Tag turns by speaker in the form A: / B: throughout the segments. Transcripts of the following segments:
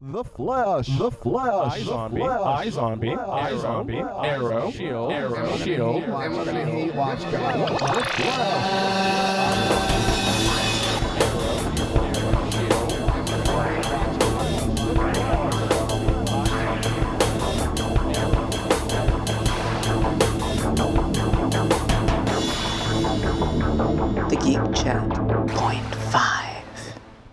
A: The Flash. The Flash.
B: I zombie, I zombie, I zombie, arrow, shield, arrow, shield.
C: And we're gonna hate watch God.
D: The Geek Chat. Point five.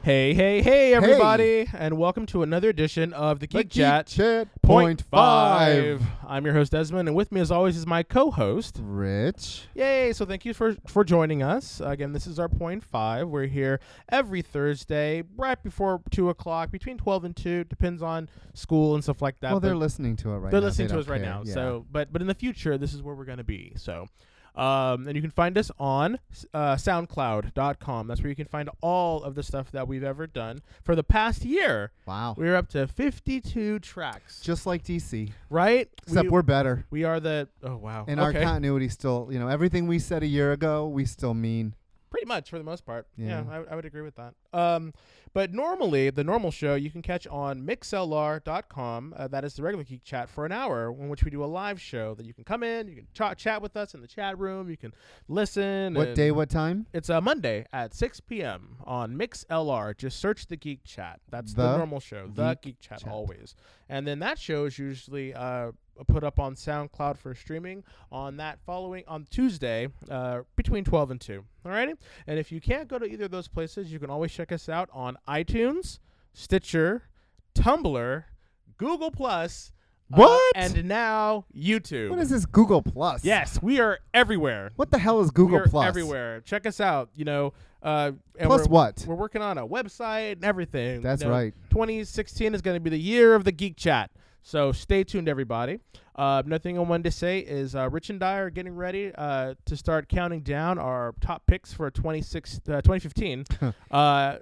B: Hey, hey, hey, everybody, and welcome to another edition of the Geek Chat
C: Chat
B: Point Five. I'm your host Desmond, and with me, as always, is my co-host.
C: Rich.
B: Yay! So thank you for for joining us again. This is our point five. We're here every Thursday, right before two o'clock, between twelve and two. Depends on school and stuff like that.
C: Well,
B: but-
C: they're listening to it right now.
B: they're
C: They
B: listening to
C: don't
B: us right
C: care.
B: now.
C: Yeah.
B: So, but but in the future, this is where we're gonna be. So, um, and you can find us on uh, SoundCloud.com. That's where you can find all of the stuff that we've ever done for the past year.
C: wow.
B: We're up to 52 tracks,
C: Just like DC,
B: right?
C: except
B: we,
C: we, are better.
B: we are the oh wow.
C: And
B: okay.
C: our continuity still, you know, everything we said a year ago, we still mean.
B: pretty much for the most part. Yeah,
C: Yeah.
B: I, I would agree with that. Um, but normally the normal show you can catch on mixlr.com. Uh, that is the regular geek chat for an hour, in which we do a live show that you can come in, you can chat chat with us in the chat room, you can listen.
C: What
B: and-
C: day? What time?
B: It's a Monday at 6 p.m. on MixLR. Just search the Geek Chat. That's the,
C: The
B: normal show, the Geek, Chat,
C: Chat.
B: always. And then that show is usually uh, put up on SoundCloud for streaming on that following on Tuesday uh, between 12 and 2. Alrighty. And if you can't go to either of those places, you can always check us out on iTunes, Stitcher, Tumblr, Google Plus, uh,
C: What?
B: and now YouTube.
C: What is this Google Plus?
B: Yes, we are everywhere.
C: What the hell is Google
B: We're
C: Plus?
B: everywhere. Check us out. You know, uh, and
C: Plus
B: we're,
C: what?
B: We're working on a website and everything.
C: That's
B: You know,
C: right.
B: 2016 is going to be the year of the Geek Chat. So stay tuned, everybody. Uh, another thing I wanted to say is uh, Rich and I are getting ready uh, to start counting down our top picks for 26, uh, 2015. uh,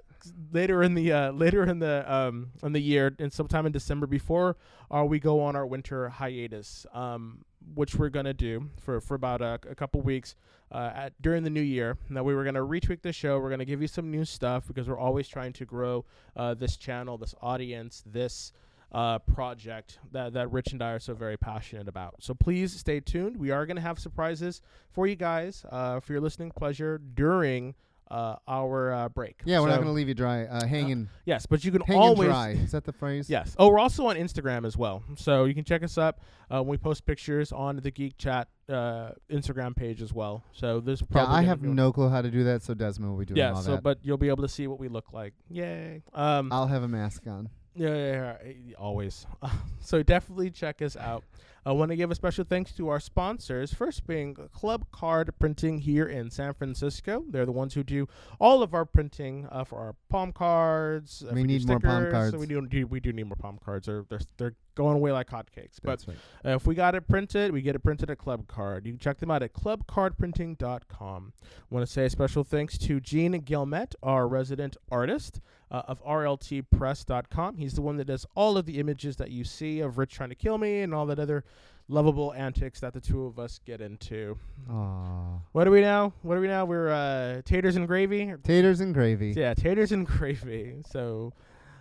B: later in the uh, later in the um, in the year and sometime in December before uh, we go on our winter hiatus, um, which we're gonna do for for about a, a couple weeks uh, at, during the new year. Now we were gonna retweak the show. We're gonna give you some new stuff because we're always trying to grow uh, this channel, this audience, this. Uh, project that, that Rich and I are so very passionate about. So please stay tuned. We are going to have surprises for you guys uh, for your listening pleasure during uh, our uh, break.
C: Yeah, we're
B: So-
C: not going to leave you dry. Uh, hanging,
B: Yes, but you can
C: hanging
B: always.
C: dry. Is that the phrase?
B: Yes. Oh, we're also on Instagram as well, so you can check us up. Uh, we post pictures on the Geek Chat uh, Instagram page as well. So there's
C: Yeah,
B: probably.
C: I
B: gonna
C: have
B: be-
C: no clue how to do that, so Desmond will be doing
B: Yeah.
C: all
B: So,
C: that.
B: but you'll be able to see what we look like. Yay. Um.
C: I'll have a mask on.
B: Yeah, yeah, yeah, eh, always. so definitely check us out. I want to give a special thanks to our sponsors. First, being Club Card Printing here in San Francisco. They're the ones who do all of our printing uh, for our palm cards. uh,
C: We
B: for your
C: need more palm
B: stickers.
C: cards.
B: So we do, do- we do need more palm cards. They're they're, they're going away like hotcakes. But
C: That's right.
B: uh, if we got it printed, we get it printed at Club Card. You can check them out at clubcardprinting.com. want to say a special thanks to Gene Gilmet, our resident artist uh, of RLTpress.com. He's the one that does all of the images that you see of Rich trying to kill me and all that other lovable antics that the two of us get into.
C: Aw.
B: What are we now? What are we now? We're uh, taters and gravy. or
C: Taters and gravy.
B: yeah, taters and gravy. So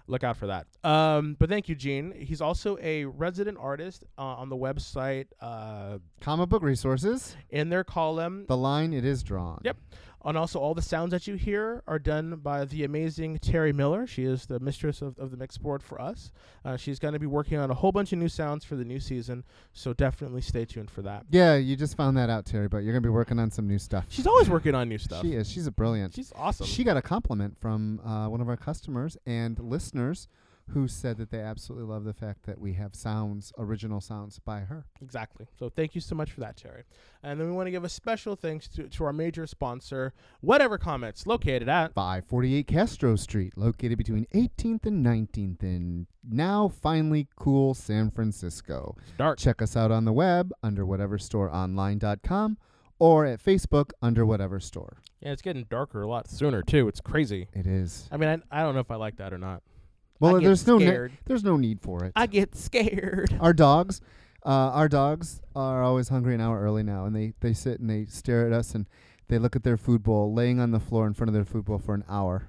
B: look out for that. Um, but thank you, Gene. He's also a resident artist uh, on the website uh,
C: Comic book resources.
B: in their column.
C: The line it is drawn.
B: Yep. And also, all the sounds that you hear are done by the amazing Terry Miller. She is the mistress of, of the mix board for us. Uh, she's going to be working on a whole bunch of new sounds for the new season. So definitely stay tuned for that.
C: Yeah, you just found that out, Terry, but you're gonna be working on some new stuff.
B: She's always working on new stuff.
C: She is. She's a brilliant.
B: She's awesome.
C: She got a compliment from uh, one of our customers and listeners who said that they absolutely love the fact that we have sounds, original sounds by her.
B: Exactly. So thank you so much for that, Terry. And then we want to give a special thanks to, to our major sponsor, Whatever Comments, located at.
C: 548 Castro Street, located between 18th and 19th in now finally cool San Francisco.
B: Dark.
C: Check us out on the web under whateverstoreonline.com or at Facebook under whatever store.
B: Yeah, it's getting darker a lot sooner, too. It's crazy.
C: It is.
B: I mean, I, I don't know if I like that or not.
C: Well,
B: get
C: there's no ne-
B: scared.
C: there's no need for it.
B: I get scared.
C: our dogs, uh, our dogs are always hungry an hour early now, and they they sit and they stare at us and they look at their food bowl laying on the floor in front of their food bowl for an hour.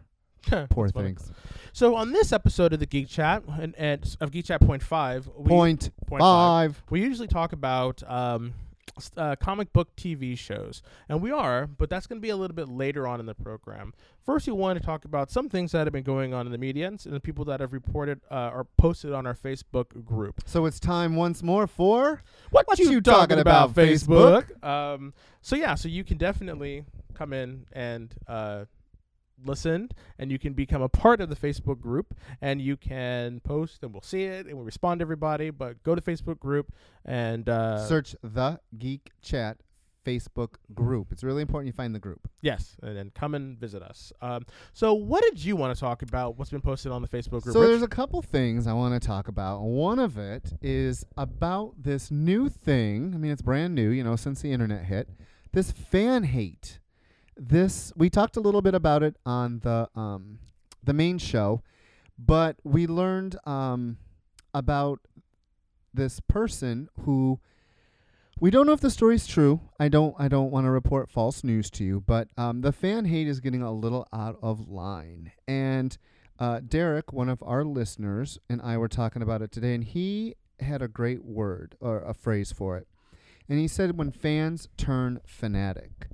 C: Poor
B: That's what it-
C: things.
B: So on this episode of the Geek Chat and, and of Geek Chat point five, we,
C: Point
B: point
C: five.
B: we usually talk about um, s- uh, comic book TV shows, and we are, but that's going to be a little bit later on in the program. First, we want to talk about some things that have been going on in the media and s- and the people that have reported uh, or posted on our Facebook group.
C: So it's time once more for
B: What,
C: What you talking about,
B: Facebook? Um, so yeah, so you can definitely come in and uh, listen, and you can become a part of the Facebook group, and you can post, and we'll see it, and we'll respond to everybody. But go to Facebook group and uh,
C: search the Geek Chat Facebook group. It's really important you find the group.
B: yes, and then come and visit us. Um, so what did you want to talk about? What's been posted on the Facebook group?
C: So
B: Rich?
C: there's a couple things I want to talk about. One of it is about this new thing. I mean, it's brand new, you know, since the internet hit. This fan hate. This we talked a little bit about it on the um, the main show, but we learned um, about this person who we don't know if the story's true. I don't. I don't want to report false news to you, but um, the fan hate is getting a little out of line. And uh, Derek, one of our listeners, and I were talking about it today, and he had a great word or a phrase for it. And he said, "When fans turn fanatic,"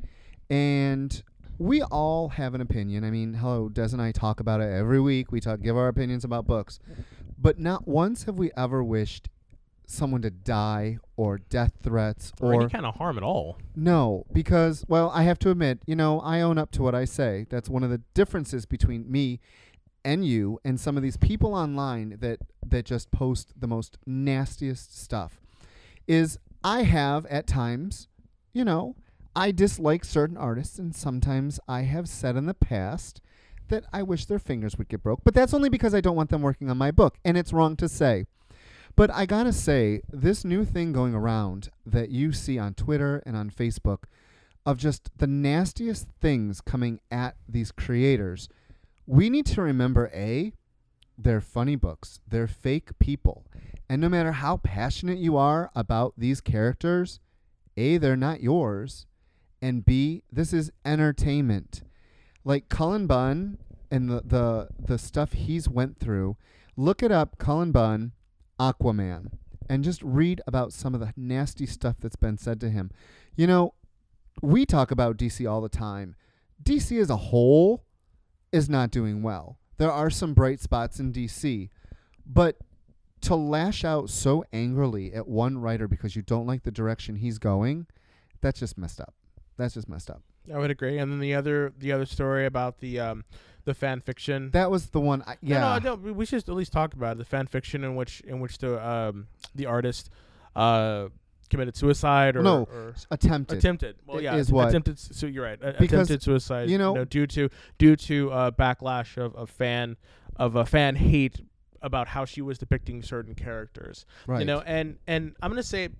C: and we all have an opinion. I mean, hello, Des and I talk about it every week. We talk, give our opinions about books, but not once have we ever wished someone to die or death threats
B: or,
C: or
B: any kind of harm at all?
C: no, because well, I have to admit, you know, I own up to what I say. That's one of the differences between me and you and some of these people online that that just post the most nastiest stuff is I have at times, you know, I dislike certain artists and sometimes I have said in the past that I wish their fingers would get broke, but that's only because I don't want them working on my book and it's wrong to say. But I gotta say, this new thing going around that you see on Twitter and on Facebook of just the nastiest things coming at these creators, we need to remember A, they're funny books, they're fake people. And no matter how passionate you are about these characters, A, they're not yours, and B, this is entertainment. Like Cullen Bunn and the, the, the stuff he's went through, look it up, Cullen Bunn. Aquaman and just read about some of the nasty stuff that's been said to him. You know, we talk about DC all the time. DC as a whole is not doing well. There are some bright spots in DC, but to lash out so angrily at one writer because you don't like the direction he's going, that's just messed up. That's just messed up.
B: I would agree. And then the other the other story about the um, the fan fiction.
C: That was the one. I,
B: No,
C: yeah.
B: No, no, we- we should at least talk about it, the fan fiction in which in which the um, the artist uh, committed suicide or,
C: No,
B: or
C: Attempted.
B: attempted. Well,
C: It
B: yeah,
C: is what-
B: attempted. s- So you're right. a-
C: Because,
B: attempted suicide.
C: you
B: You
C: know-
B: know, due to due to uh, backlash of a fan of a fan hate about how she was depicting certain characters.
C: right.
B: You know, and and I'm gonna say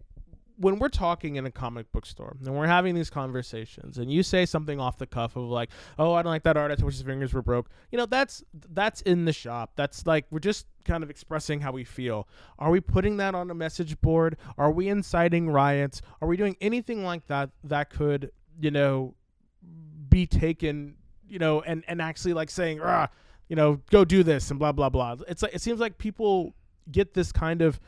B: when we're talking in a comic book store and we're having these conversations and you say something off the cuff of like, Oh, I don't like that artist, I wish his fingers were broke, you know, that's that's in the shop. That's like we're just kind of expressing how we feel. Are we putting that on a message board? Are we inciting riots? Are we doing anything like that that could, you know, be taken, you know, and and actually like saying, ah, you know, go do this and blah blah blah. It's like it seems like people get this kind of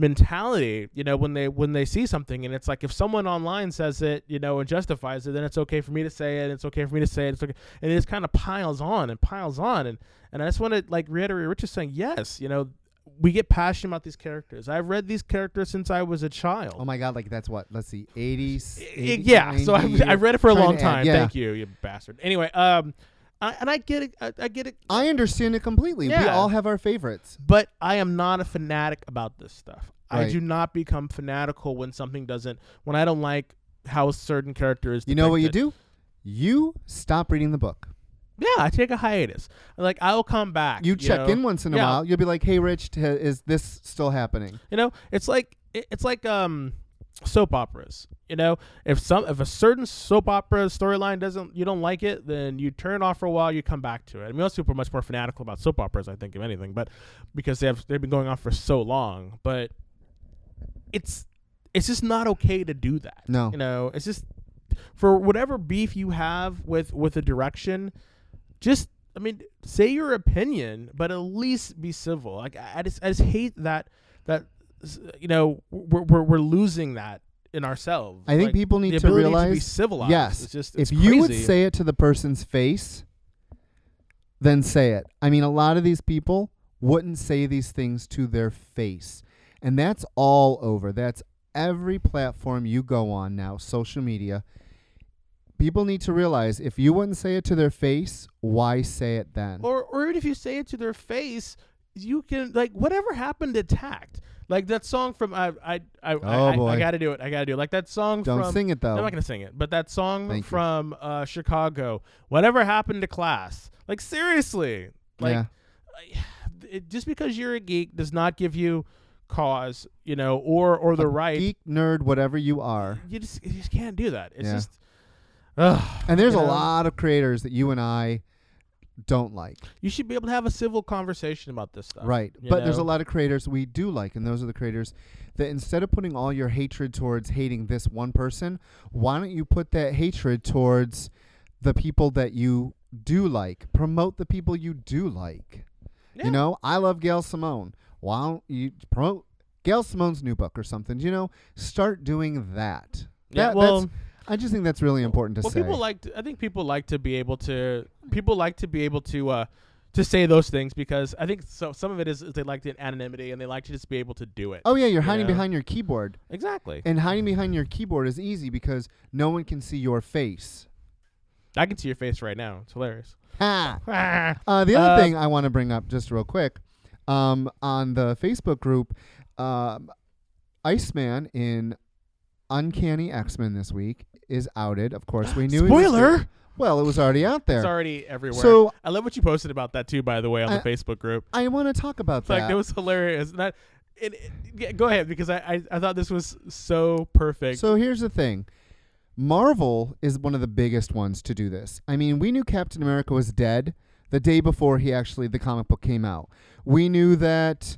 B: mentality, you know, when they when they see something and it's like if someone online says it, you know, and justifies it, then it's okay for me to say it, it's okay for me to say it, it's okay and it just kind of piles on and piles on and and I just want to like reiterate what Rich is saying, yes, you know, we get passionate about these characters. I've read these characters since I was a child.
C: Oh my God! Like that's what? Let's see, 80s.
B: Y-
C: 80,
B: yeah so I,
C: 90,
B: I read it for a
C: trying to
B: long
C: add,
B: time
C: yeah.
B: thank you you bastard anyway um I, and i get it I, I get it
C: I understand it completely. We
B: Yeah.
C: all have our favorites.
B: but i am not a fanatic about this stuff i
C: Right.
B: do not become fanatical when something doesn't when i don't like how a certain character is
C: You know what you
B: depicted.
C: do? You stop reading the book.
B: yeah i take a hiatus like i'll come back
C: You check
B: know?
C: in once in a
B: Yeah.
C: while. You'll be like, "Hey, Rich, t- is this still happening?"
B: You know, it's like it- it's like um soap operas. You know, if some if a certain soap opera storyline doesn't you don't like it, then you turn it off for a while. You come back to it. I mean, most people are much more fanatical about soap operas, I think, if anything, but because they have they've been going on for so long. But it's it's just not okay to do that.
C: No.
B: you know, it's just for whatever beef you have with with a direction, just I mean, say your opinion, but at least be civil. Like I I just, I just hate that that s- you know we're we're, we're losing that in ourselves.
C: I think
B: Like,
C: people need
B: the
C: to
B: ability
C: realize
B: to be civilized.
C: Yes,
B: it's just
C: if
B: it's
C: you would
B: crazy.
C: say it to the person's face, then say it. I mean, a lot of these people wouldn't say these things to their face, and that's all over. That's every platform you go on now, social media. People need to realize if you wouldn't say it to their face, why say it then?
B: or or even if you say it to their face, you can like whatever happened to tact. Like that song from I I I,
C: Oh,
B: I, I,
C: boy.
B: I gotta do it. I gotta do it. Like that song
C: Don't
B: from
C: sing it though.
B: I'm not gonna sing it, but that song
C: Thank you.
B: from uh, Chicago, "Whatever Happened to Class." Like seriously, like
C: Yeah.
B: it, just because you're a geek does not give you cause, you know, or or the right.
C: Geek, nerd, whatever you are.
B: You just you just can't do that. It's
C: Yeah.
B: just. Ugh,
C: And there's
B: you
C: a
B: know?
C: lot of creators that you and I don't like.
B: You should be able to have a civil conversation about this stuff.
C: Right.
B: you
C: But there's a
B: know?
C: lot of creators we do like, and those are the creators that instead of putting all your hatred towards hating this one person, why don't you put that hatred towards the people that you do like? Promote the people you do like.
B: Yeah.
C: You know, I love Gail Simone. Why don't you promote Gail Simone's new book or something? You know, start doing that.
B: Yeah,
C: That-
B: well-
C: that's- I just think that's really important to
B: well,
C: say.
B: people like. To, I think people like to be able to. People like to be able to. Uh, to say those things because I think so. Some of it is, is they like the anonymity and they like to just be able to do it.
C: oh yeah, you're hiding
B: know.
C: behind your keyboard.
B: exactly.
C: And hiding behind your keyboard is easy because no one can see your face.
B: I can see your face right now. It's hilarious.
C: Ha!
B: Ah.
C: Uh, the other
B: Uh,
C: thing I want to bring up, just real quick, um, on the Facebook group, um, Iceman in Uncanny X Men this week is outed. Of course, we knew. he was
B: Spoiler!
C: there. Well, it was already out there.
B: It's already everywhere.
C: So-
B: I love what you posted about that too, by the way, on
C: I-
B: the Facebook group.
C: I want to talk about
B: It's like
C: that.
B: that was hilarious. And that, it, it- yeah, go ahead because I, I, I thought this was so perfect.
C: so here's the thing. Marvel is one of the biggest ones to do this. I mean, we knew Captain America was dead the day before he actually the comic book came out. We knew that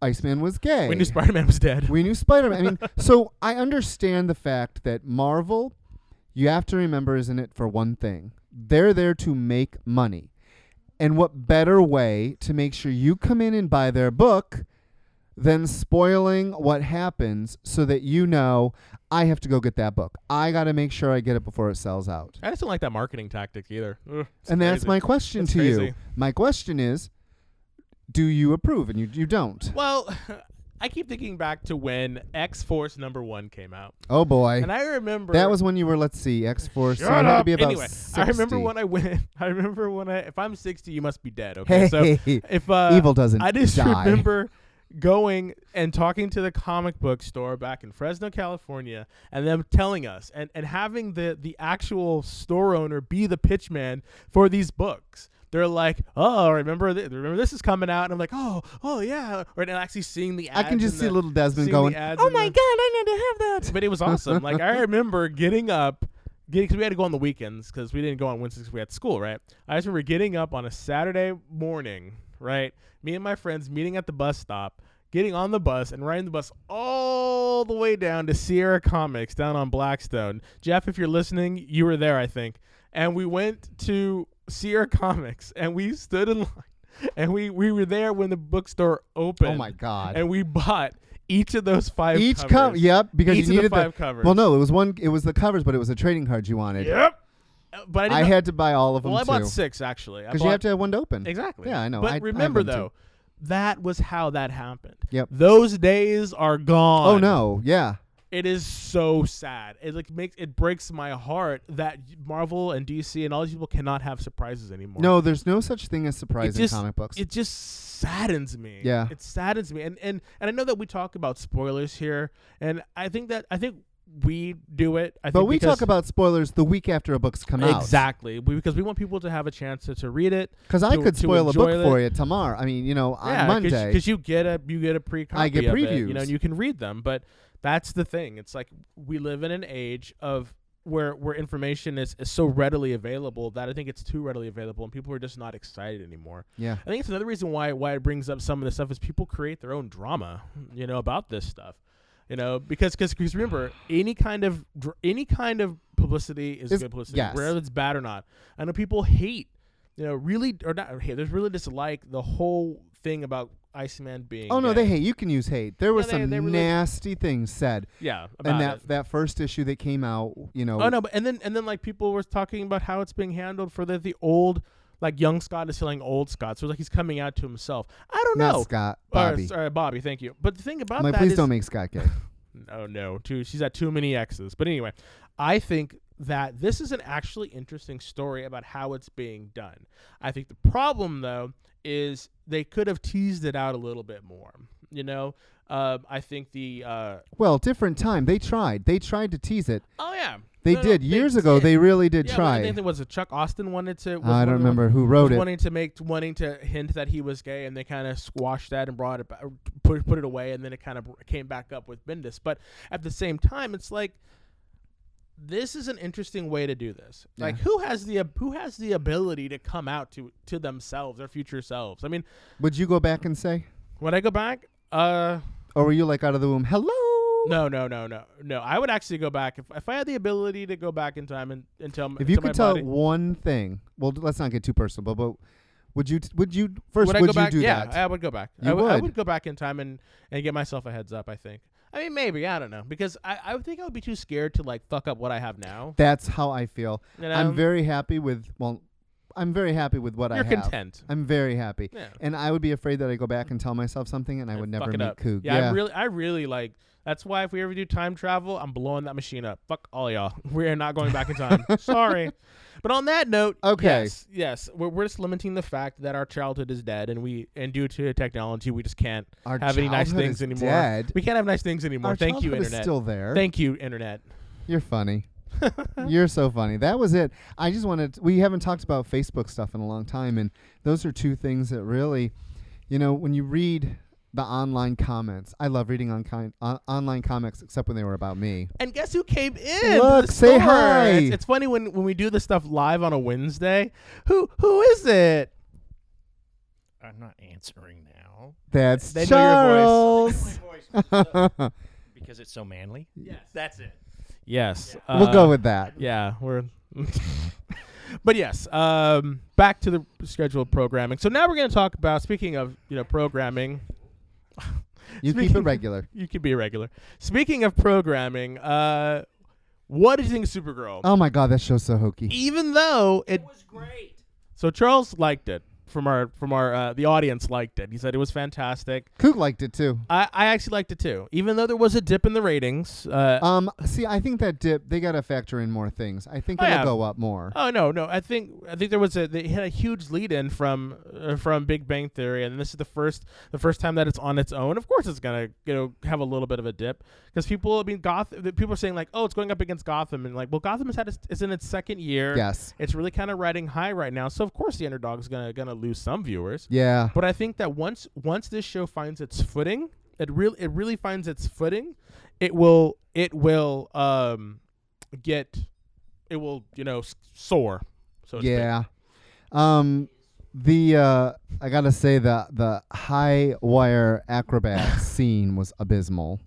C: Iceman was gay.
B: we knew Spider Man was dead.
C: We knew Spider Man. I mean, so I understand the fact that Marvel, you have to remember, isn't it, for one thing? They're there to make money. And what better way to make sure you come in and buy their book than spoiling what happens so that you know I have to go get that book? I got to make sure I get it before it sells out.
B: I just don't like that marketing tactic either. Ugh, it's
C: and that's
B: crazy.
C: my question
B: It's
C: to you.
B: crazy.
C: My question is do you approve? And you, you don't.
B: Well, I keep thinking back to when X Force number one came out,
C: Oh, boy.
B: and I remember
C: That was when you were, let's see, X Force. So
B: Shut
C: it had to
B: up.
C: be about
B: anyway, I remember
C: 60.
B: when I went. I remember when I. If I'm 60, you must be dead. Okay, so
C: Hey,
B: if uh,
C: evil doesn't
B: I just
C: die.
B: remember going and talking to the comic book store back in Fresno, California, and them telling us and, and having the the actual store owner be the pitchman for these books. They're like, oh, remember, th- remember this is coming out, and I'm like, oh, oh yeah, or and actually seeing the.
C: I
B: Ads
C: can just
B: and
C: see
B: the-
C: little
B: seeing
C: Desmond
B: the
C: going,
B: ads
C: "Oh
B: and
C: my
B: the-
C: god, I need to have that."
B: but it was awesome. like I remember getting up, getting because we had to go on the weekends because we didn't go on Wednesdays 'cause we had school, right? I just remember getting up on a Saturday morning, right? Me and my friends meeting at the bus stop, getting on the bus and riding the bus all the way down to Sierra Comics down on Blackstone. Jeff, if you're listening, you were there, I think. And we went to Sierra Comics and we stood in line. And we, we were there when the bookstore opened.
C: Oh my God.
B: And we bought each of those five
C: Each
B: covers.
C: cover, yep, because
B: Each of
C: you
B: the
C: needed
B: five covers.
C: Well, no, it was one. It was the covers, but it was the trading cards you wanted.
B: Yep. Uh, But I, didn't
C: I
B: know-
C: had to buy all of them
B: Well, I bought
C: too,
B: six actually.
C: because you have to have one to open.
B: exactly.
C: Yeah, I know.
B: But
C: I- I had
B: remember
C: one, too.
B: though, that was how that happened.
C: Yep.
B: Those days are gone.
C: Oh no, yeah,
B: It is so sad. It like makes it breaks my heart that Marvel and DC and all these people cannot have surprises anymore.
C: no. There's no such thing as
B: It
C: surprise
B: just,
C: in comic books.
B: It just saddens me.
C: Yeah.
B: It saddens me. And and and I know that we talk about spoilers here, and I think that I think we do it. I
C: but
B: think
C: we
B: because-
C: talk about spoilers the week after a book's come out.
B: exactly we- because we want people to have a chance to, to read it.
C: Because I
B: to-
C: could
B: to
C: spoil a book
B: enjoy
C: for
B: it.
C: you tomorrow. I mean, you know, on Monday.
B: because you get a you get a pre copy.
C: I get
B: of it, you know,
C: previews.
B: and you can read them. But that's the thing. It's like we live in an age of where where information is, is so readily available that I think it's too readily available, and people are just not excited anymore.
C: yeah.
B: I think it's another reason why why it brings up some of the stuff is people create their own drama, you know, about this stuff. You know, because cause, 'cause remember, any kind of dr- any kind of publicity is
C: Is-
B: good publicity,
C: yes.
B: whether it's bad or not. I know people hate you know, really or not haters really dislike the whole thing about Iceman being.
C: Oh no,
B: gay.
C: they hate. You can use hate. There was
B: they-
C: some
B: they really-
C: nasty things said,
B: Yeah, about
C: and that
B: it.
C: that first issue that came out, you know,
B: Oh no, but and then and then like people were talking about how it's being handled for the the old like young Scott is feeling old Scott, so it's like he's coming out to himself. I don't
C: not
B: know.
C: Scott,
B: Or,
C: Bobby.
B: sorry, Bobby. Thank you. But the thing about
C: I'm like,
B: that
C: please
B: is-
C: don't make Scott gay.
B: oh no, too, she's had too many exes. But anyway, I think that this is an actually interesting story about how it's being done. I think the problem though is they could have teased it out a little bit more. You know, uh, I think the uh,
C: well, different time. They tried. They tried to tease it.
B: oh yeah,
C: They
B: No, no,
C: did years ago.
B: did.
C: They really did
B: yeah,
C: try.
B: I think it was a Chuck Austin wanted to. was one
C: I don't
B: of the ones-
C: remember who wrote
B: was
C: it.
B: wanting to make wanting to hint that he was gay, and they kind of squashed that and brought it ba- put put it away, and then it kind of came back up with Bendis. But at the same time, it's like this is an interesting way to do this. Like
C: Yeah.
B: who has the ab- who has the ability to come out to to themselves, their future selves? I mean,
C: Would you go back and say,
B: when I go back, uh,
C: or were you like out of the womb? Hello.
B: no, no, no, no, no. I would actually go back if if I had the ability to go back in time and and tell m-
C: If you
B: to my
C: could tell
B: body-
C: one thing, well, d- let's not get too personal, but, but would you? Would you first?
B: would, I
C: would
B: go
C: you
B: back?
C: do
B: yeah,
C: that?
B: I would go back. I
C: You
B: would- I
C: would.
B: would go back in time and, and get myself a heads up. I think. I mean, maybe I don't know because I, I would think I would be too scared to like fuck up what I have now.
C: That's how I feel.
B: You know?
C: I'm very happy with. Well, I'm very happy with what
B: um, You're
C: I have.
B: content.
C: I'm very happy.
B: Yeah.
C: And I would be afraid that I go back and tell myself something and I would never
B: fuck it
C: meet
B: up.
C: Coog.
B: Yeah, I really, I really like. That's why if we ever do time travel, I'm blowing that machine up. Fuck all y'all. We are not going back in time. Sorry. But on that note,
C: Okay.
B: yes, yes, we're, we're just limiting the fact that our childhood is dead, and we and due to technology, we just can't
C: Our
B: have any nice
C: childhood
B: things
C: is
B: anymore.
C: dead?
B: We can't have nice things anymore.
C: Our
B: Thank you,
C: childhood is
B: internet.
C: still there.
B: Thank you, internet.
C: You're funny. You're so funny. That was it. I just wanted. We haven't talked about Facebook stuff in a long time, and those are two things that really, you know, when you read the online comments, I love reading on kind, on, online comics, except when they were about me.
B: And guess who came in?
C: Look,
B: to the
C: say
B: store?
C: hi.
B: It's, it's funny when, when we do this stuff live on a Wednesday. Who who is it?
E: I'm not answering now
C: That's
B: They know your
C: Charles.
E: because it's so manly.
B: Yes.
E: That's it.
B: Yes.
C: we'll go
B: uh,
C: with that.
B: Yeah, we're. but yes, um, back to the scheduled programming. So now we're going to talk about speaking of you know programming.
C: You keep it
B: speaking-
C: regular.
B: You can be irregular. Speaking of programming, uh, what do you think of Supergirl?
C: Oh my God, that show's so hokey.
B: Even though it
E: was great.
B: So Charles liked it from our from our uh, the audience liked it. He said it was fantastic.
C: Coog liked it too.
B: I, I actually liked it too, even though there was a dip in the ratings. Uh,
C: Um, see, I think that dip they got to factor in more things. I think
B: Oh,
C: it'll
B: yeah.
C: go up more.
B: oh no, no, I think I think there was a they had a huge lead in from uh, from Big Bang Theory, and this is the first the first time that it's on its own. Of course, it's gonna you know have a little bit of a dip because people, I mean, Goth the people are saying like, oh, it's going up against Gotham, and like, well, Gotham has had its, is in its second year.
C: Yes.
B: it's really kind of riding high right now, so of course the underdog is gonna gonna lose some viewers.
C: Yeah.
B: But I think that once once this show finds its footing, it really it really finds its footing, it will it will um get it will you know s- soar. So to speak.
C: Yeah. Um, the uh, I gotta say the the high wire acrobat scene was abysmal.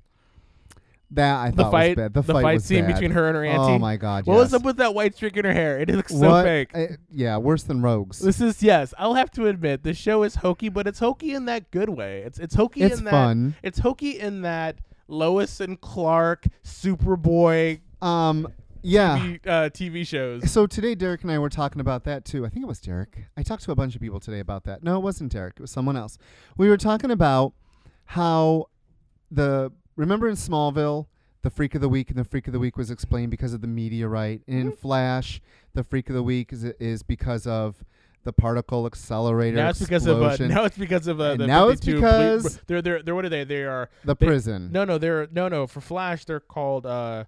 C: That I
B: the
C: thought
B: fight
C: was bad. The,
B: fight,
C: was
B: scene
C: bad.
B: between her and her auntie.
C: Oh my god!
B: What
C: yes.
B: was up with that white streak in her hair? It looks so
C: What-
B: fake.
C: I- yeah, worse than Rogues.
B: this is yes. I'll have to admit the show is hokey, but it's hokey in that good way. It's it's hokey
C: It's
B: in that
C: fun.
B: it's hokey in that Lois and Clark, Superboy,
C: Um, yeah.
B: TV, uh, TV shows.
C: So today, Derek and I were talking about that too. I think it was Derek. I talked to a bunch of people today about that. No, it wasn't Derek. It was someone else. We were talking about how the remember in Smallville, the Freak of the Week and the Freak of the Week was explained because of the meteorite. And
B: Mm-hmm.
C: in Flash, the Freak of the Week is, is because of the particle accelerator
B: Now it's because of uh,
C: explosion.
B: now it's because of uh,
C: And
B: the
C: now it's
B: 52 ble-
C: because-
B: they're they're they're what are they? They are
C: the
B: they-
C: prison.
B: No, no, they're no, no. For Flash, they're called uh,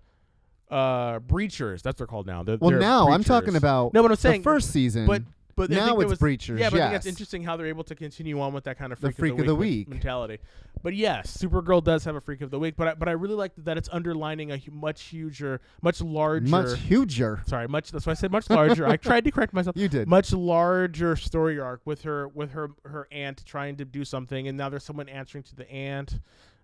B: uh, breachers. That's what they're called now. They're,
C: well,
B: they're
C: now I'm
B: breachers.
C: talking about
B: no, but I'm saying
C: the first season.
B: but but I
C: now
B: think there
C: it's
B: was,
C: breachers.
B: Yeah, but I think
C: yes.
B: that's interesting how they're able to continue on with that kind of
C: The
B: freak,
C: freak
B: of, the
C: of the
B: men-
C: week.
B: mentality. But yes, Supergirl does have a freak of the week. But I, but I really like that it's underlining a hu- much huger, much larger,
C: Much huger.
B: sorry much that's why i said much larger i tried to correct myself
C: You did.
B: much larger story arc with her with her her aunt trying to do something and now there's someone answering to the aunt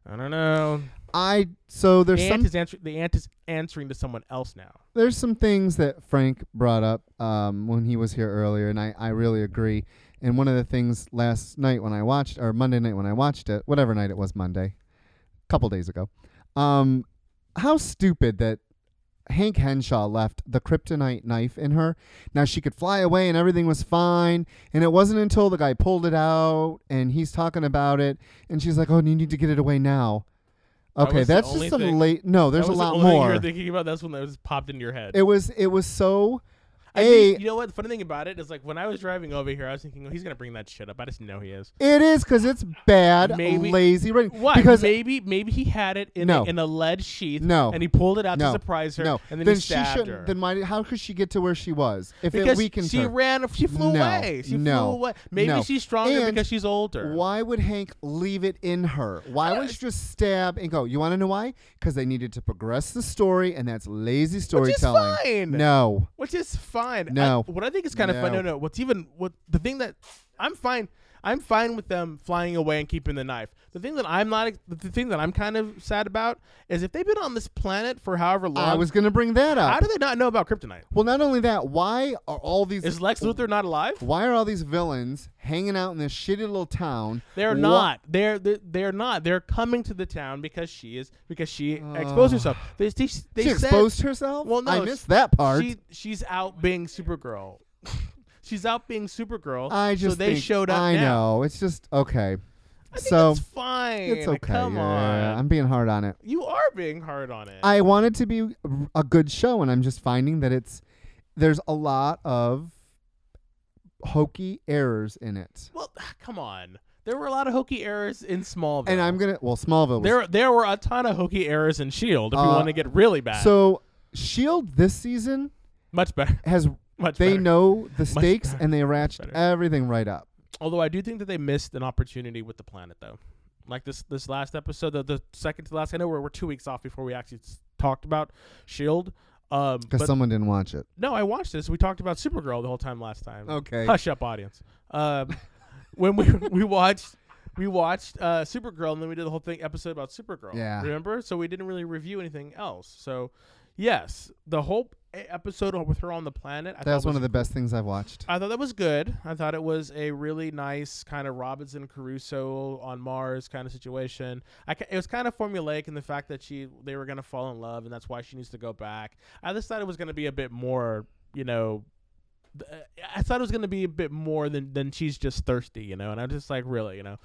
B: I don't know.
C: I so there's
B: the
C: some
B: ant is answer- the ant is answering to someone else now.
C: there's some things that Frank brought up um, when he was here earlier, and I, I really agree. And one of the things last night when I watched, or Monday night when I watched it, whatever night it was, Monday, a couple days ago, um, how stupid that Hank Henshaw left the kryptonite knife in her. Now she could fly away and everything was fine. And it wasn't until the guy pulled it out and he's talking about it, and she's like, "Oh, you need to get it away now."
B: That
C: Okay,
B: was the
C: that's
B: only
C: just some
B: thing-
C: late. No, there's
B: That
C: a
B: was the
C: lot
B: only thing
C: more.
B: you were thinking about that's when that just popped into your head.
C: It was it was so
B: I
C: a
B: mean, you know what? The funny thing about it is, like, when I was driving over here, I was thinking, oh, he's gonna bring that shit up. I just know he is.
C: it is because it's bad
B: Maybe-
C: lazy writing.
B: What?
C: Because
B: maybe, maybe he had it in
C: No.
B: a, in a lead sheath.
C: No.
B: and he pulled it out
C: no,
B: to surprise her.
C: no,
B: and then, he
C: she
B: stabbed
C: shouldn't.
B: her.
C: Then why? How could she get to where she was if it
B: because
C: weakened
B: she
C: her?
B: ran, she flew
C: No,
B: away. She
C: no,
B: flew away. Maybe
C: no.
B: she's stronger
C: And
B: because she's older.
C: Why would Hank leave it in her? Why would she just stab and go? You want to know why? Because they needed to progress the story, and that's lazy
B: is
C: storytelling.
B: fine.
C: No,
B: which is fine. I-
C: No.
B: what I think is kind of funny.
C: No.
B: No, no. What's even what the thing that I'm fine. I'm fine with them flying away and keeping the knife. The thing that I'm not, the thing that I'm kind of sad about is if they've been on this planet for however long.
C: I was going to bring that
B: how
C: up.
B: do they not know about kryptonite?
C: well, not only that, why are all these
B: Is Lex Luthor not alive?
C: why are all these villains hanging out in this shitty little town?
B: They're
C: Wha-
B: not. They're, they're they're not. They're coming to the town because she is because she exposed herself. They, they, they
C: Uh. she
B: said-
C: exposed herself.
B: Well, no,
C: I
B: sh-
C: missed that part.
B: She she's out being Supergirl. she's out being Supergirl.
C: I just
B: so they
C: think-
B: showed up.
C: I
B: now.
C: know it's just okay.
B: I think
C: so
B: it's fine.
C: it's okay.
B: Come
C: yeah,
B: on.
C: I'm being hard on it.
B: you are being hard on it.
C: I want it to be r- a good show, and I'm just finding that it's there's a lot of hokey errors in it.
B: well, ah, come on. There were a lot of hokey errors in Smallville.
C: And I'm gonna well, Smallville. Was,
B: there there were a ton of hokey errors in Shield. E If
C: Uh,
B: you want to get really bad,
C: so Shield E this season
B: much better.
C: has
B: Much
C: they
B: better.
C: know the stakes
B: better.
C: and they ratchet
B: better.
C: everything right up.
B: Although I do think that they missed an opportunity with the planet, though. Like this this last episode, the, the second to last. I know we're, we're two weeks off before we actually s- talked about Shield. Um,
C: Because
B: but
C: someone didn't watch it.
B: no, I watched this. We talked about Supergirl the whole time last time.
C: Okay.
B: Hush up, audience. Um, when we we watched we watched uh, Supergirl and then we did the whole thing episode about Supergirl.
C: Yeah.
B: Remember? So we didn't really review anything else. So yes, the whole e- episode with her on the planet. I
C: That
B: thought
C: was one of the best things I've watched.
B: I thought that was good. I thought it was a really nice kind of Robinson Crusoe on Mars kind of situation. I, ca- it was kind of formulaic in the fact that she they were gonna fall in love and that's why she needs to go back. I just thought it was gonna be a bit more, you know. th- uh, I thought it was gonna be a bit more than than she's just thirsty, you know. And I'm just like, really, you know,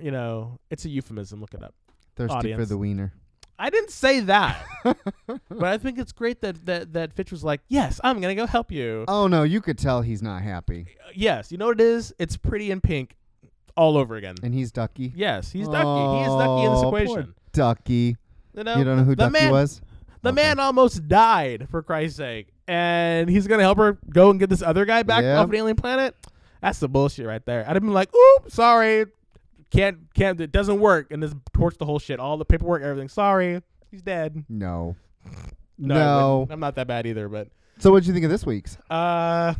B: you know, it's a euphemism. Look it up.
C: Thirsty for
B: Audience.
C: the wiener.
B: I didn't say that, but I think it's great that that that Fitch was like, yes, I'm gonna go help you.
C: Oh no, you could tell he's not happy,
B: yes, you know what it is? It's pretty in pink all over again.
C: and he's Ducky.
B: Yes, he's Ducky. he is Ducky in this
C: Oh, poor
B: equation.
C: Ducky.
B: You, know,
C: you don't know who
B: the
C: Ducky
B: man,
C: was?
B: The
C: Okay.
B: man almost died, for Christ's sake. And he's going to help her go and get this other guy back
C: Yeah.
B: off an alien planet? That's the bullshit right there. I'd have been like, ooh, sorry. Can't, can't, it doesn't work. And just torch the whole shit. All the paperwork, everything. Sorry. He's dead.
C: No.
B: No. I wouldn't. I'm not that bad either, but
C: So what did you think of this week's?
B: uh,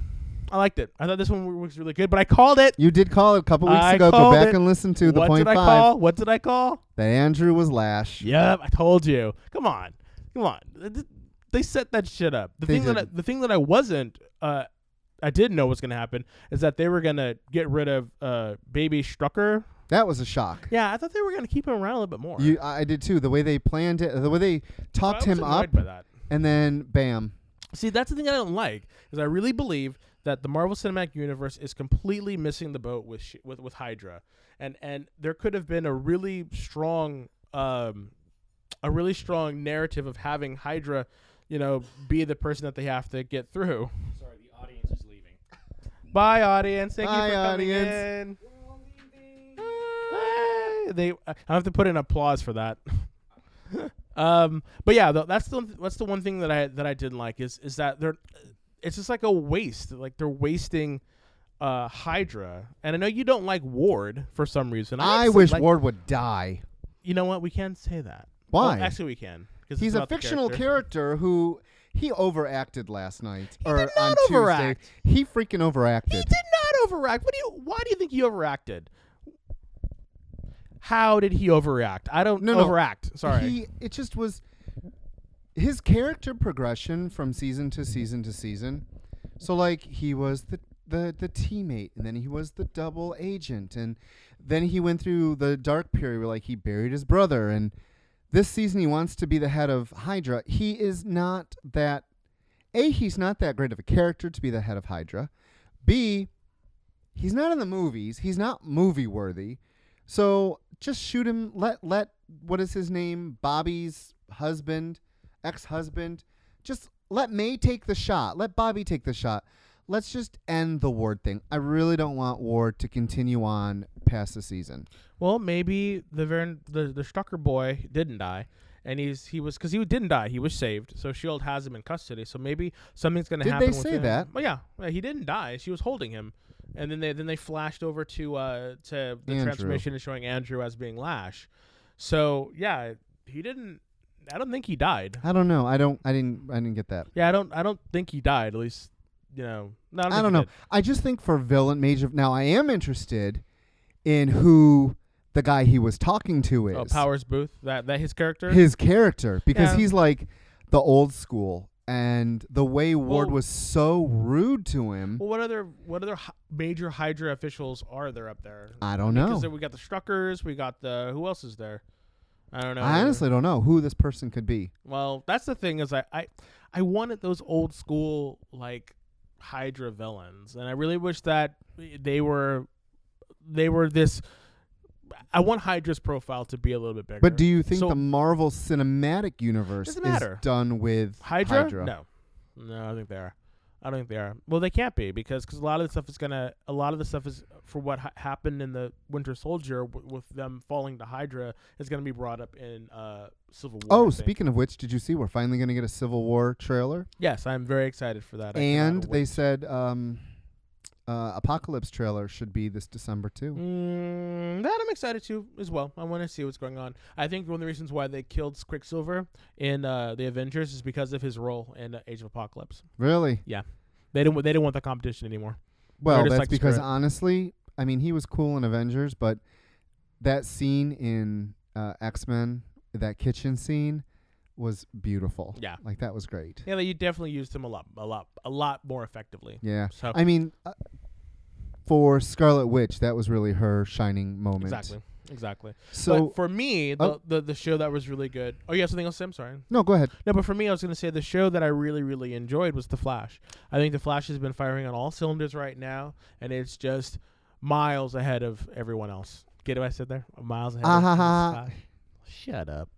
B: I liked it. I thought this one was really good, but I called it.
C: You did call it a couple weeks
B: I
C: ago. Go
B: called
C: back
B: it.
C: and listen to the
B: what
C: point
B: did I
C: five
B: call? What did I call?
C: that Andrew was lash.
B: Yep, I told you. Come on, come on. Th- th- They set that shit up. The
C: They
B: thing that I,
C: did.
B: the thing that I wasn't, uh, I didn't know was gonna happen is that they were gonna get rid of uh, Baby Strucker.
C: That was a shock.
B: Yeah, I thought they were gonna keep him around a little bit more.
C: You, I I did too. The way they planned it, the way they
B: So I was
C: talked him
B: annoyed
C: up,
B: by that.
C: and then bam.
B: See, that's the thing I don't like is I really believe that the Marvel Cinematic Universe is completely missing the boat with sh- with with Hydra, and and there could have been a really strong um, a really strong narrative of having Hydra, you know, be the person that they have to get through.
E: Sorry, the audience is leaving.
B: Bye, audience. Thank
C: Bye,
B: you for
C: audience.
B: coming in. Bye. They, I have to put in applause for that. um, but yeah, tho- that's the that's the one thing that I that I didn't like is is that they're it's just like a waste. Like they're wasting uh Hydra, and I know you don't like Ward for some reason.
C: I
B: actually
C: wish
B: like-
C: Ward would die.
B: You know what? We can say that.
C: Why?
B: Well, actually, we can. 'cause it's
C: He's a
B: about the
C: fictional
B: character.
C: character who he overacted last night
B: He
C: or
B: did not
C: on
B: overact.
C: Tuesday. He freaking overacted.
B: He did not overact. What do you? Why do you think he overacted? how did he overreact? I don't
C: No, no.
B: overact. Sorry.
C: He it just was his character progression from season to season to season. So like he was the the, the teammate and then he was the double agent and then he went through the dark period where like he buried his brother and this season he wants to be the head of Hydra. He is not that A, he's not that great of a character to be the head of Hydra. B, he's not in the movies. He's not movie worthy. So just shoot him. Let let what is his name? Bobby's husband, ex husband. Just let May take the shot. Let Bobby take the shot. Let's just end the Ward thing. I really don't want Ward to continue on past the season.
B: Well, maybe the Vern, the the Strucker boy didn't die, and he's he was because he didn't die. He was saved, so Shield E has him in custody. So maybe something's gonna
C: Did they
B: happen. with
C: say
B: him.
C: that?
B: Well, yeah, yeah, he didn't die. She was holding him, and then they then they flashed over to uh to the
C: Andrew.
B: transformation and showing Andrew as being Lash. So yeah, he didn't. I don't think he died.
C: I don't know. I don't. I didn't. I didn't get that.
B: Yeah, I don't. I don't think he died. At least you know. No, I don't,
C: I
B: think
C: don't
B: he
C: know.
B: did.
C: I just think for villain major. Now I am interested in who the guy he was talking to is.
B: Oh, Powers Booth. That that his character.
C: his character because
B: Yeah.
C: he's like the old school and the way Ward
B: Well-
C: was so rude to him.
B: well, what other what other hy- major Hydra officials are there up there?
C: I don't
B: Because
C: know.
B: then we got the Struckers, we got the who else is there? I don't know.
C: I honestly don't know who this person could be.
B: well, that's the thing is I I, I wanted those old school like Hydra villains, and I really wish that they were they were this. I want Hydra's profile to be a little bit bigger.
C: But do you think
B: So-
C: the Marvel Cinematic Universe is
B: Doesn't matter.
C: done with
B: Hydra? No, no, I don't think they are. I don't think they are. Well, they can't be because cause a lot of the stuff is gonna. A lot of the stuff is for what ha- happened in the Winter Soldier w- with them falling to Hydra is gonna be brought up in uh Civil War. I
C: Oh,
B: think.
C: speaking of which, did you see we're finally going to get a Civil War trailer?
B: Yes, I'm very excited for that. I cannot
C: and they
B: wait.
C: said um, uh, Apocalypse trailer should be this December too.
B: Mm, that I'm excited to as well. I want to see what's going on. I think one of the reasons why they killed Quicksilver in uh, the Avengers is because of his role in uh, Age of Apocalypse.
C: Really?
B: They didn't. wa- They didn't want the competition anymore.
C: Well,
B: just
C: that's
B: like,
C: because
B: screw it.
C: honestly, I mean, he was cool in Avengers, but that scene in uh, X Men, that kitchen scene, was beautiful.
B: Yeah.
C: like that was great.
B: Yeah, you definitely used him a lot, a lot, a lot more effectively.
C: Yeah,
B: So
C: I mean, uh, for Scarlet Witch, that was really her shining moment.
B: exactly, exactly.
C: So
B: but for me, the,
C: Oh.
B: the the show that was really good. Oh, you have something else? I'm sorry.
C: no, go ahead.
B: No, but for me, I was going to say the show that I really, really enjoyed was The Flash. I think The Flash has been firing on all cylinders right now, and it's just miles ahead of everyone else. Get what I said there? Miles ahead.
C: Ah,
B: of
C: Ah-ha-ha.
B: Scott. Shut up.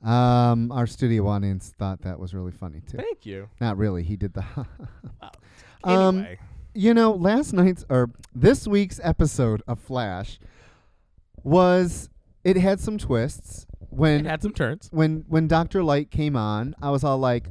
C: Um, our studio audience thought that was really funny too.
B: Thank you.
C: Not really. He did the. Um,
B: Anyway,
C: you know, last night's or this week's episode of Flash was it had some twists
B: it
C: when
B: had some turns.
C: when when Dr. Light came on, I was all like,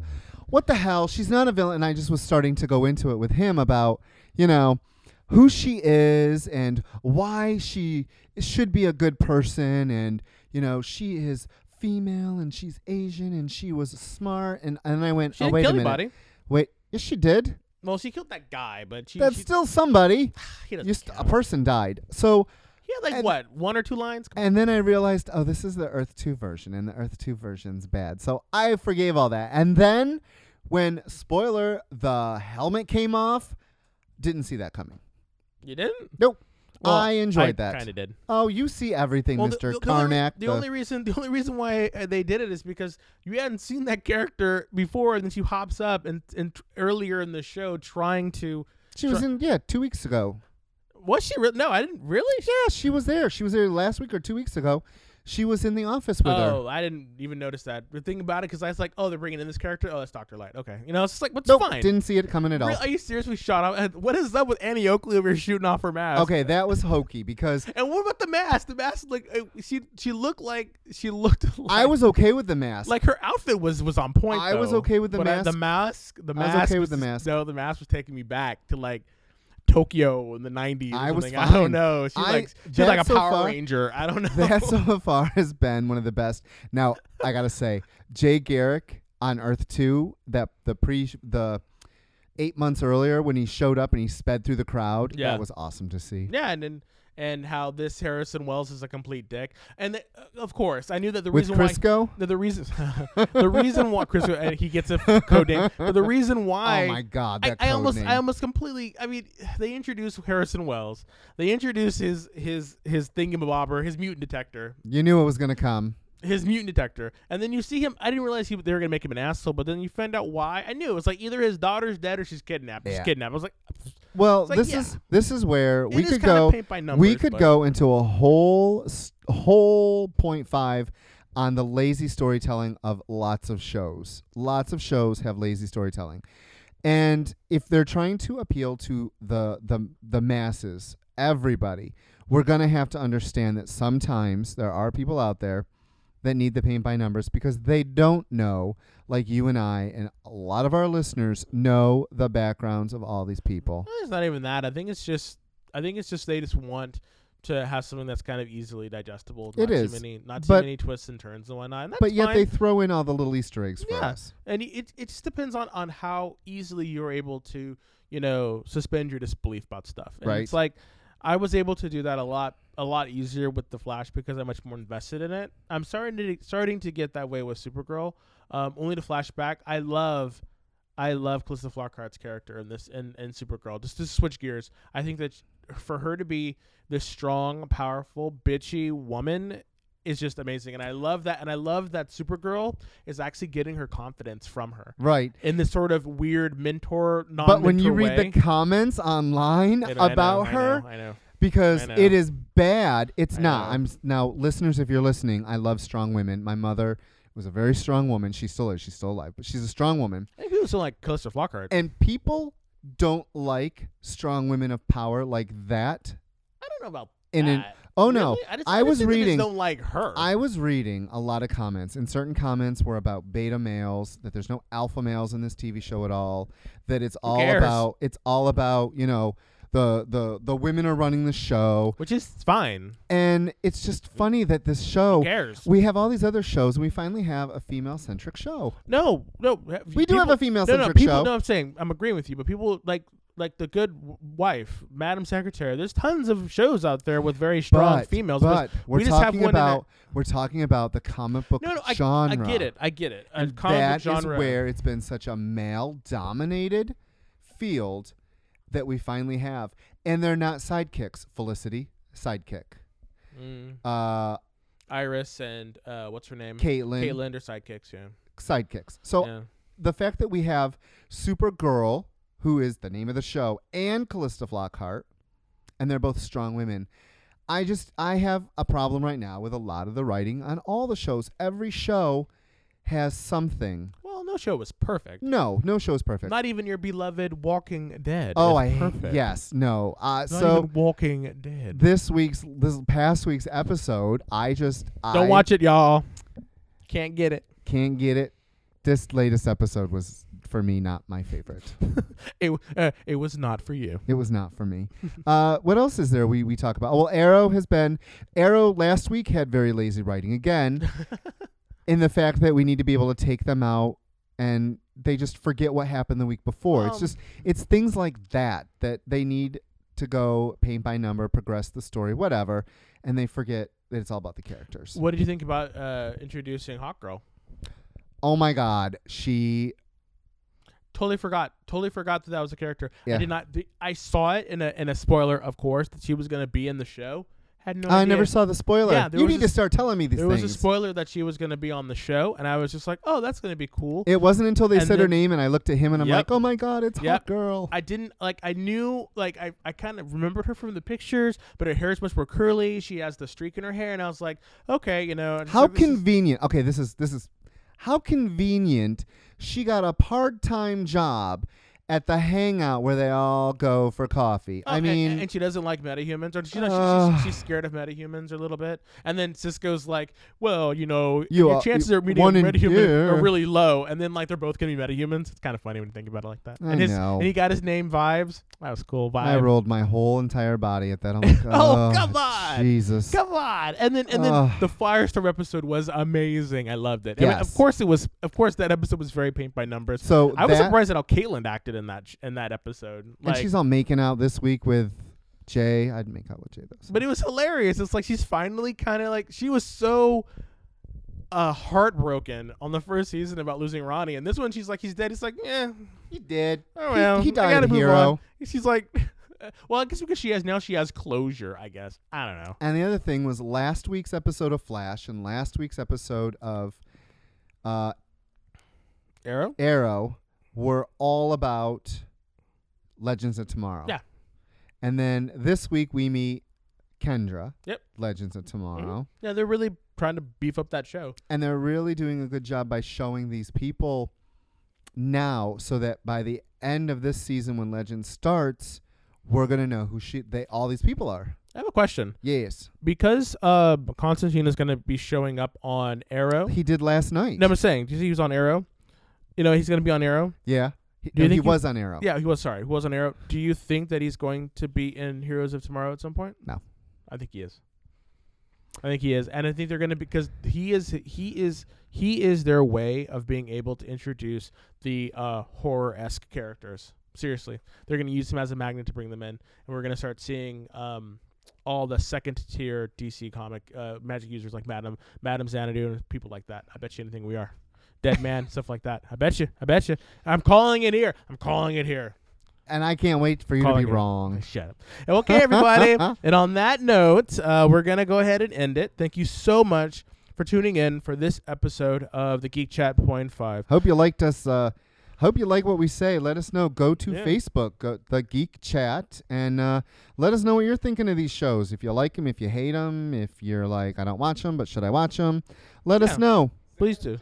C: "What the hell? She's not a villain." And I just was starting to go into it with him about, you know, who she is and why she should be a good person and, you know, she is female and she's Asian and she was smart and and I went,
B: She
C: "Oh
B: didn't
C: wait
B: kill
C: a minute.
B: anybody.
C: Wait, yes she did.
B: Well, she killed that guy, but she.
C: That's
B: she,
C: still somebody.
B: he doesn't
C: You st- a
B: count.
C: person died." So
B: He had like
C: and-
B: what one or two lines. Come on.
C: And then I realized, oh, this is the Earth 2 version, and the Earth 2 version's bad. So I forgave all that. And then when, spoiler, the helmet came off, didn't see that coming.
B: You didn't.
C: Nope. I enjoyed that.
B: Kind of did.
C: Oh, you see everything,
B: Well, the-
C: Mr.
B: the- the only re-
C: Karnak.
B: The, only reason, the only reason why uh, they did it is because you hadn't seen that character before, and then she hops up and, and tr- earlier in the show trying to.
C: she was in, yeah, two weeks ago.
B: Was she re- no? I didn't really.
C: Yeah, she was there. She was there last week or two weeks ago. She was in the office with her.
B: oh, I didn't even notice that. The thing about it, because I was like, oh, they're bringing in this character. Oh, that's Doctor Light. Okay, you know, it's just like what's
C: Nope,
B: fine.
C: didn't see it coming at all.
B: Real- Are you seriously shot up? What is up with Annie Oakley over here shooting off her mask?
C: Okay, that was hokey because
B: And what about the mask? The mask, like uh, she, she looked like she looked. Like,
C: I was okay with the mask.
B: Like her outfit was was on point.
C: I was
B: though.
C: okay with the
B: But I- the
C: mask.
B: mask. The
C: I was
B: mask.
C: okay with the
B: just-
C: mask.
B: No, the mask was taking me back to like Tokyo in the nineties.
C: I was
B: I don't
C: fine.
B: know. She's
C: I-
B: like she's like a
C: that so
B: Power
C: far-
B: Ranger. I don't know.
C: That so far has been one of the best. Now I gotta say, Jay Garrick on Earth Two, that the pre the eight months earlier when he showed up and he sped through the crowd,
B: Yeah.
C: that was awesome to see.
B: yeah, and then and how this Harrison Wells is a complete dick. And th- of course, I knew that the
C: With
B: reason why
C: Crisco?
B: the, the reason the reason why Chris and he gets a code name, but the reason why
C: oh my god,
B: I,
C: that
B: I
C: code
B: almost
C: name.
B: I almost completely I mean they introduce Harrison Wells. They introduce his his his thingamabobber, his mutant detector,
C: you knew it was gonna come.
B: his mutant detector, and then you see him. I didn't realize he, they were gonna make him an asshole, but then you find out why. I knew it was like either his daughter's dead or she's kidnapped. She's
C: Yeah.
B: kidnapped. I was like,
C: Well,
B: It's like,
C: this
B: yeah.
C: is this is where we
B: is
C: could
B: kinda
C: go.
B: paint by
C: we
B: numbers,
C: could
B: but-
C: go into a whole s- whole point five on the lazy storytelling of lots of shows. Lots of shows have lazy storytelling, and if they're trying to appeal to the the the masses, everybody, we're gonna have to understand that sometimes there are people out there that need the paint by numbers because they don't know, like you and I and a lot of our listeners know the backgrounds of all these people.
B: "Eh, it's not even that. I think it's just I think it's just they just want to have something that's kind of easily digestible. Not
C: It
B: too
C: is,
B: many not too
C: but-
B: many twists and turns and whatnot. And that's
C: but yet
B: fine.
C: they throw in all the little Easter eggs for
B: Yeah.
C: us.
B: and y- it it just depends on on how easily you're able to you know suspend your disbelief about stuff. And
C: Right.
B: It's like I was able to do that a lot a lot easier with the Flash because I'm much more invested in it. I'm starting to starting to get that way with Supergirl. Um, only to flashback, I love. I love Calista Flockhart's character in this in, in Supergirl. Just to switch gears, I think that for her to be this strong, powerful, bitchy woman is just amazing, and I love that. And I love that Supergirl is actually getting her confidence from her
C: Right.
B: in this sort of weird mentor. non
C: But when you read the comments online about her,
B: I know,
C: because
B: I know.
C: it is bad, it's
B: I
C: not.
B: know.
C: I'm s- now, listeners, if you're listening, I love strong women. My mother was a very strong woman. She still is. She's still alive, but she's a strong woman.
B: I think people still like Calista Flockhart.
C: And people don't like strong women of power like that.
B: I don't know about
C: In an-
B: that.
C: oh, no.
B: Really? I, just,
C: I
B: just
C: was
B: think they just
C: reading-
B: Don't like her.
C: I was reading a lot of comments, and certain comments were about beta males. That there's no alpha males in this TV show at all. That it's all
B: cares?
C: about it's all about you know the the the women are running the show,
B: which is fine.
C: and it's just funny that this show
B: Who cares?
C: we have all these other shows, and we finally have a female centric show.
B: No, no.
C: We do have a female-centric
B: no, no, people,
C: show.
B: No, I'm saying I'm agreeing with you, but people like like the Good W- Wife, Madam Secretary. There's tons of shows out there with very strong
C: but,
B: females.
C: but
B: we
C: we're
B: just have
C: talking
B: one in a-
C: about we're talking about the comic book
B: no, no. I,
C: genre.
B: I get it. I get it. A
C: and
B: comic book
C: that is
B: genre.
C: where it's been such a male dominated field that we finally have and they're not sidekicks felicity sidekick
B: Mm,
C: uh
B: Iris and uh, what's her name?
C: caitlin,
B: Caitlyn are sidekicks. Yeah.
C: sidekicks so
B: yeah.
C: the fact that we have supergirl who is the name of the show and callista flockhart and they're both strong women i just i have a problem right now with a lot of the writing on all the shows every show has something
B: Well, no show was perfect.
C: no no show is perfect
B: Not even your beloved Walking Dead.
C: Oh,
B: is
C: I hate-
B: perfect.
C: yes, no. Uh,
B: Not
C: so
B: even Walking Dead.
C: this week's, this past week's episode, I just
B: Don't
C: I
B: watch it, y'all. Can't get it.
C: Can't get it. This latest episode was for me not my favorite.
B: It w- uh, it was not for you.
C: it was not for me. uh, what else is there we we talk about? Well, Arrow has been Arrow last week had very lazy writing again, in the fact that we need to be able to take them out and they just forget what happened the week before. it's
B: Um,
C: just it's things like that that they need to go paint by number, progress the story, whatever, and they forget that it's all about the characters.
B: What did you think about uh, introducing Hawk Girl?
C: Oh my God, she
B: Totally forgot. Totally forgot that that was a character. I
C: Yeah.
B: did not. th- I saw it in a in a spoiler, of course, that she was going to be in the show. Had no.
C: I
B: idea.
C: never saw the spoiler.
B: Yeah, there
C: you
B: was a
C: need to
B: s-
C: start telling me these
B: There
C: things.
B: was a spoiler that she was going to be on the show, and I was just like, "Oh, that's going to be cool."
C: It wasn't until they
B: And
C: said her
B: then-
C: name and I looked at him and I'm
B: Yep.
C: like, oh my God, it's
B: Yep.
C: Hot Girl.
B: I didn't like. I knew like I, I kind of remembered her from the pictures, but her hair is much more curly. She has the streak in her hair, and I was like, "Okay, you know." it's
C: how
B: like, this is-
C: convenient. okay, this is this is how convenient. She got a part-time job at the hangout where they all go for coffee.
B: Oh,
C: I
B: and-
C: mean,
B: and, she doesn't like metahumans, or she, you know, she-
C: Ugh.
B: she's, she's scared of metahumans a little bit. And then Cisco's like, "Well, you know,
C: You
B: your
C: are-
B: chances
C: you-
B: are meeting a
C: one in
B: metahuman are
C: here."
B: really low." And then like they're both gonna be metahumans. It's kind of funny when you think about it like that.
C: I
B: and his,
C: know.
B: And he got his name vibes. That was cool. Vibe.
C: I rolled my whole entire body at that. I'm like,
B: Oh, come on.
C: Jesus.
B: Come on. And then and then
C: Ugh.
B: the Firestorm episode was amazing. I loved it. I mean, of
C: Yes.
B: course it was. Of course that episode was very paint by numbers.
C: So
B: I was
C: that-
B: surprised at how Caitlyn acted in that sh- in that episode. Like,
C: and she's all making out this week with Jay, I'd make out with Jay though.
B: But it was hilarious. It's like she's finally kind of like she was so uh heartbroken on the first season about losing Ronnie, and this one she's like he's dead. It's like yeah,
C: he did.
B: oh
C: He-
B: well,
C: he,
B: I
C: died
B: gotta
C: a
B: move
C: hero.
B: on. She's like, well, I guess because she has now she has closure. I guess I don't know.
C: And the other thing was last week's episode of Flash and last week's episode of uh,
B: Arrow.
C: Arrow were all about Legends of Tomorrow.
B: Yeah.
C: And then this week we meet Kendra.
B: Yep. Mm-hmm.
C: Legends of Tomorrow.
B: Yeah, they're really trying to beef up that show.
C: And they're really doing a good job by showing these people now so that by the end of this season when Legends starts, we're gonna know who she they all these people are.
B: I have a question
C: Yes.
B: because uh Constantine is going to be showing up on Arrow.
C: He did last night.
B: No, I'm saying, do you see he was on Arrow? You know, he's going to be on Arrow.
C: yeah. He,
B: Do you
C: no, he
B: think you-
C: was on Arrow.
B: Yeah, he was. Sorry, he was on Arrow. Do you think that he's going to be in Heroes of Tomorrow at some point?
C: No.
B: I think he is. I think he is, and I think they're going to because he is he is he is their way of being able to introduce the uh, horror esque characters. Seriously, they're going to use him as a magnet to bring them in, and we're going to start seeing um, all the second tier DC comic uh, magic users like Madam Madam Xanadu and people like that. I bet you anything we are. Dead man, stuff like that. I bet you. I bet you. I'm calling it here. I'm calling it here.
C: And I can't wait for you to be
B: Calling it.
C: wrong.
B: Shut up. Okay, everybody. and on that note, uh, we're going to go ahead and end it. Thank you so much for tuning in for this episode of the Geek Chat Point Five.
C: Hope you liked us. Uh, hope you like what we say. Let us know. Go to
B: Yeah.
C: Facebook, go, the Geek Chat, and uh, let us know what you're thinking of these shows. If you like them, if you hate them, if you're like, I don't watch them, but should I watch them? Let
B: Yeah.
C: us know.
B: Please do.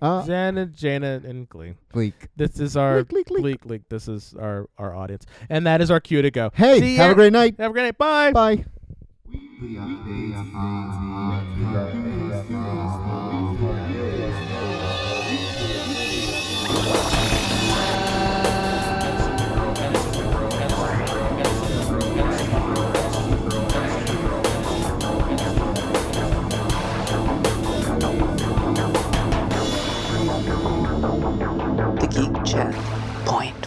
C: Uh,
B: Jana, Jana, and Glee.
C: Gleek.
B: This is our
C: Leak, leak, leak.
B: Gleek, Gleek. This is our, our audience. And that is our cue to go.
C: Hey,
B: See
C: have
B: ya.
C: a great night.
B: Have a great night. Bye.
C: Bye.
D: The Geek Chat. Point